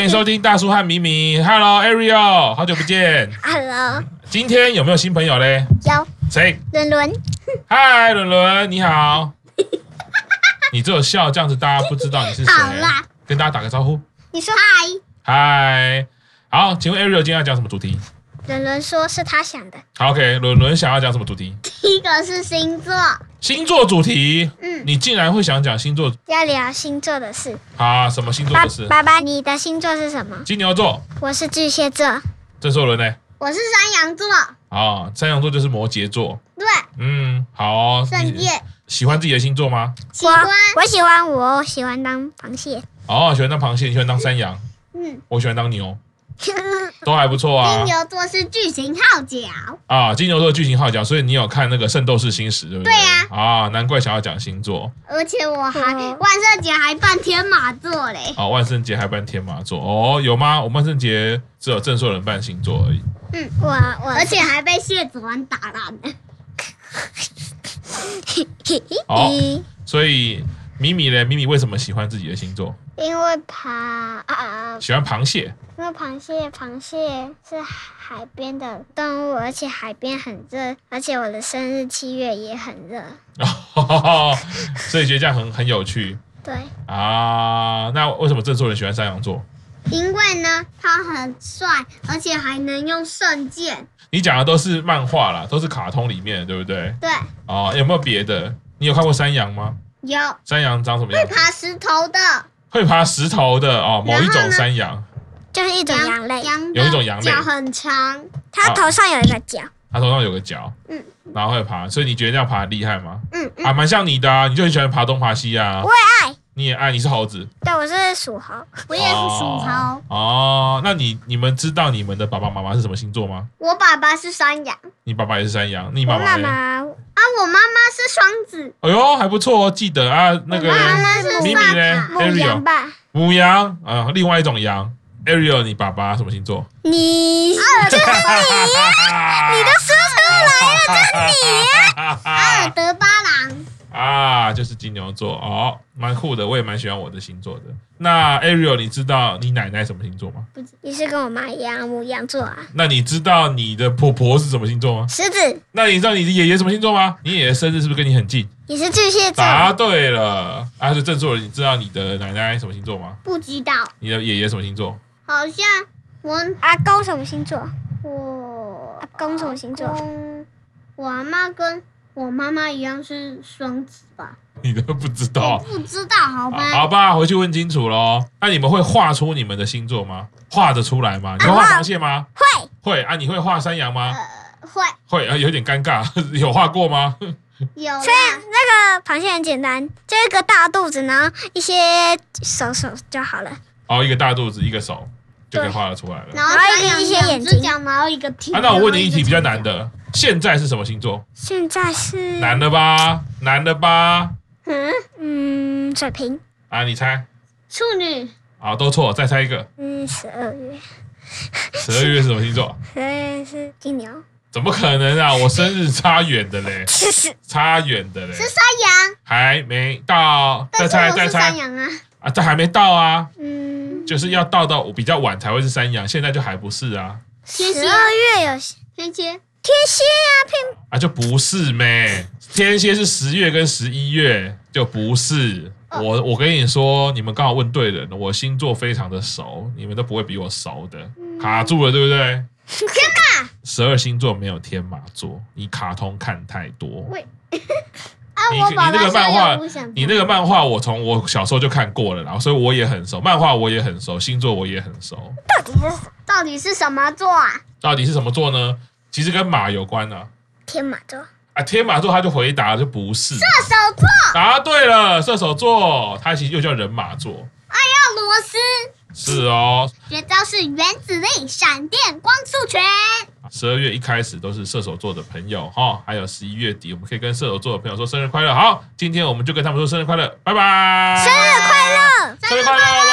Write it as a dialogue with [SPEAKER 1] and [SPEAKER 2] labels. [SPEAKER 1] 迎收听大叔和米米。Hello Ariel，好久不见。
[SPEAKER 2] Hello，
[SPEAKER 1] 今天有没有新朋友嘞？
[SPEAKER 2] 有
[SPEAKER 1] 谁？
[SPEAKER 2] 伦伦，
[SPEAKER 1] 嗨，伦伦，你好。你只有笑这样子，大家不知道你是谁
[SPEAKER 2] 好啦。
[SPEAKER 1] 跟大家打个招呼。
[SPEAKER 2] 你说嗨？
[SPEAKER 1] 嗨，好，请问 Ariel 今天要讲什么主题？
[SPEAKER 2] 伦伦说是他想的，
[SPEAKER 1] 好，OK，伦伦想要讲什么主题？
[SPEAKER 2] 第一个是星座，
[SPEAKER 1] 星座主题。
[SPEAKER 2] 嗯，
[SPEAKER 1] 你竟然会想讲星座
[SPEAKER 2] 要聊星座的事。
[SPEAKER 1] 啊？什么星座
[SPEAKER 2] 爸
[SPEAKER 1] 的事？
[SPEAKER 2] 爸爸，你的星座是什么？
[SPEAKER 1] 金牛座，
[SPEAKER 2] 我是巨蟹座，
[SPEAKER 1] 郑秀伦嘞？
[SPEAKER 2] 我是山羊座，
[SPEAKER 1] 啊，山羊座就是摩羯座。
[SPEAKER 2] 对，
[SPEAKER 1] 嗯，好哦、
[SPEAKER 2] 圣
[SPEAKER 1] 你
[SPEAKER 2] 界
[SPEAKER 1] 喜欢自己的星座吗？
[SPEAKER 2] 喜欢，我喜欢，我喜欢当螃蟹，
[SPEAKER 1] 哦，喜欢当螃蟹，你喜欢当山羊，
[SPEAKER 2] 嗯，
[SPEAKER 1] 我喜欢当 牛，都还不错啊。
[SPEAKER 2] 牛座是巨型号角，
[SPEAKER 1] 啊，金牛座的剧情号角，所以你有看那个《圣斗士星矢》对不对？
[SPEAKER 2] 对呀
[SPEAKER 1] 啊，难怪想要讲星座。
[SPEAKER 2] 而且我还
[SPEAKER 3] 嗯
[SPEAKER 2] 万圣节还扮天马座嘞，
[SPEAKER 1] 啊，万圣节还扮天马座哦，有吗？我们万圣节只有郑硕人扮星座而已。
[SPEAKER 2] 嗯，我我
[SPEAKER 3] 而且
[SPEAKER 2] 还被蟹子丸打烂了，
[SPEAKER 1] 哦所以米米嘞，米米为什么喜欢自己的星座？
[SPEAKER 3] 因为螃啊，
[SPEAKER 1] 喜欢螃蟹
[SPEAKER 3] 因为螃蟹，螃蟹是海边的动物，而且海边很热，而且我的生日七月也很热。
[SPEAKER 1] 哦，所以觉得这样很很有趣
[SPEAKER 3] 对，
[SPEAKER 1] 啊。那为什么郑硕人喜欢山羊座？
[SPEAKER 2] 因为呢，他很帅，而且还能用圣剑。
[SPEAKER 1] 你讲的都是漫画啦，都是卡通里面的，对不对？
[SPEAKER 2] 对，
[SPEAKER 1] 哦，有没有别的？你有看过山羊吗？
[SPEAKER 2] 有
[SPEAKER 1] 山羊长什么样？
[SPEAKER 2] 爬石头的
[SPEAKER 1] 会爬石头的哦，某一
[SPEAKER 2] 然后
[SPEAKER 1] 种
[SPEAKER 2] 呢
[SPEAKER 1] 山羊，
[SPEAKER 3] 就是一种羊类，
[SPEAKER 2] 羊
[SPEAKER 1] 有一种羊类
[SPEAKER 2] 脚很长，
[SPEAKER 3] 它头上有一个角。
[SPEAKER 1] 它头上有个角，
[SPEAKER 2] 嗯
[SPEAKER 1] 然后会爬，所以你觉得这样爬厉害吗？
[SPEAKER 2] 嗯嗯，
[SPEAKER 1] 啊，蛮像你的啊，你就很喜欢爬东爬西啊。
[SPEAKER 3] 我也爱，
[SPEAKER 1] 你也爱，啊你是猴子，
[SPEAKER 3] 对，我是属猴，
[SPEAKER 2] 我也是属猴
[SPEAKER 1] 哦。。哦那你你们知道你们的爸爸妈妈是什么星座吗？
[SPEAKER 2] 我爸爸是山羊，
[SPEAKER 1] 你爸爸也是山羊，你
[SPEAKER 3] 我
[SPEAKER 1] 妈妈
[SPEAKER 3] 妈
[SPEAKER 1] 嘞？
[SPEAKER 3] 妈，
[SPEAKER 2] 啊，我妈妈是双子，
[SPEAKER 1] 哎呦，还不错哦，记得啊。那个
[SPEAKER 2] 我妈妈是
[SPEAKER 1] 咪
[SPEAKER 2] 萨
[SPEAKER 1] 咪嘞
[SPEAKER 2] 卡，
[SPEAKER 3] 母羊
[SPEAKER 1] ，Ariel，
[SPEAKER 3] 吧？
[SPEAKER 1] 母羊啊、另外一种羊。Ariel，你爸爸什么星座？
[SPEAKER 3] 你
[SPEAKER 1] 就是你，你都
[SPEAKER 3] 说出来了，
[SPEAKER 2] 阿
[SPEAKER 1] 你
[SPEAKER 2] 尔德巴郎。
[SPEAKER 1] 啊，就是金牛座哦，蛮酷的，我也蛮喜欢我的星座的。那 Ariel，你知道你奶奶什么星座吗？
[SPEAKER 3] 你是跟我妈一样母羊座啊？
[SPEAKER 1] 那你知道你的婆婆是什么星座吗？
[SPEAKER 3] 狮子，
[SPEAKER 1] 那你知道你的爷爷什么星座吗？你爷爷生日是不是跟你很近？
[SPEAKER 3] 你是巨蟹座，
[SPEAKER 1] 答对了，啊，是正座。你知道你的奶奶什么星座吗？
[SPEAKER 2] 不知道，
[SPEAKER 1] 你的爷爷什么星座？
[SPEAKER 2] 好像我
[SPEAKER 3] 阿公什么星座？
[SPEAKER 2] 我
[SPEAKER 3] 阿公什么星座
[SPEAKER 2] 公我阿妈跟我妈妈一样是双子吧？
[SPEAKER 1] 你都不知
[SPEAKER 2] 我
[SPEAKER 1] 道。
[SPEAKER 2] 不知道，好吧？
[SPEAKER 1] 哦好吧，回去问清楚喽。那你们会画出你们的星座吗？画得出来吗？你会画
[SPEAKER 2] 啊
[SPEAKER 1] 螃蟹吗？
[SPEAKER 3] 会，
[SPEAKER 1] 会啊，你会画山羊吗？
[SPEAKER 2] 呃，会
[SPEAKER 1] 会啊，有点尴尬， 有画过吗？
[SPEAKER 2] 有啦
[SPEAKER 3] 所以那个螃蟹很简单，就一个大肚子，然后一些手手就好了。
[SPEAKER 1] 哦，一个大肚子，一个手就可以
[SPEAKER 3] 对
[SPEAKER 1] 画得出来了。
[SPEAKER 2] 然后
[SPEAKER 3] 然后
[SPEAKER 2] 山羊
[SPEAKER 3] 一个一些
[SPEAKER 2] 两
[SPEAKER 3] 眼
[SPEAKER 2] 只
[SPEAKER 3] 睛
[SPEAKER 2] 脚，然后一个蹄。
[SPEAKER 1] 啊，那我问你
[SPEAKER 2] 然后
[SPEAKER 1] 一
[SPEAKER 2] 个
[SPEAKER 1] 题比较难
[SPEAKER 2] 脚。
[SPEAKER 1] 的，现在是什么星座？
[SPEAKER 3] 现在是
[SPEAKER 1] 难的吧，难的吧？
[SPEAKER 2] 嗯，
[SPEAKER 3] 嗯，水瓶，
[SPEAKER 1] 啊，你猜
[SPEAKER 2] 处女
[SPEAKER 1] 啊，都错，再猜一个。
[SPEAKER 3] 嗯，十二月，
[SPEAKER 1] 十二月是什么星 座？
[SPEAKER 3] 十二月是金牛，嗯
[SPEAKER 1] 怎么可能啊！我生日差远的嘞，差远的嘞，
[SPEAKER 2] 是山羊，
[SPEAKER 1] 还没到，再
[SPEAKER 2] 但是
[SPEAKER 1] 猜
[SPEAKER 2] 我
[SPEAKER 1] 再
[SPEAKER 2] 是山
[SPEAKER 1] 猜
[SPEAKER 2] 羊啊。
[SPEAKER 1] 啊，这还没到啊，
[SPEAKER 3] 嗯，
[SPEAKER 1] 就是要到到比较晚才会是山羊，现在就还不是啊，
[SPEAKER 2] 天
[SPEAKER 3] 十
[SPEAKER 2] 蝎，
[SPEAKER 3] 二月有
[SPEAKER 2] 天蝎，
[SPEAKER 3] 天蝎啊，呸，
[SPEAKER 1] 啊就不是咩，天蝎是十月跟十一月，就不是。我我跟你说，你们刚好问对人了，我星座非常的熟，你们都不会比我熟的，
[SPEAKER 2] 嗯
[SPEAKER 1] 卡住了对不对？十二星座没有天马座，你卡通看太多。
[SPEAKER 2] 啊，
[SPEAKER 1] 你
[SPEAKER 2] 我
[SPEAKER 1] 你
[SPEAKER 2] 爸
[SPEAKER 1] 那
[SPEAKER 2] 爸
[SPEAKER 1] 个漫画
[SPEAKER 2] 山羊，想
[SPEAKER 1] 你那个漫画我从我小时候就看过了啦，所以我也很熟，漫画我也很熟，星座我也很熟。
[SPEAKER 3] 到底是
[SPEAKER 2] 到底是什么座啊？
[SPEAKER 1] 到底是什么座呢？其实跟马有关啊。
[SPEAKER 3] 天马座？
[SPEAKER 1] 啊，天马座他就回答就不是，
[SPEAKER 2] 射手座，
[SPEAKER 1] 答对了，射手座，它其实又叫人马座，
[SPEAKER 2] 俄罗斯，
[SPEAKER 1] 是哦。
[SPEAKER 2] 绝招是原子力、闪电、光速拳。
[SPEAKER 1] 十二月一开始都是射手座的朋友哈、还有十一月底我们可以跟射手座的朋友说生日快乐。好，今天我们就跟他们说生日快乐，拜拜，生日快乐，生日快乐。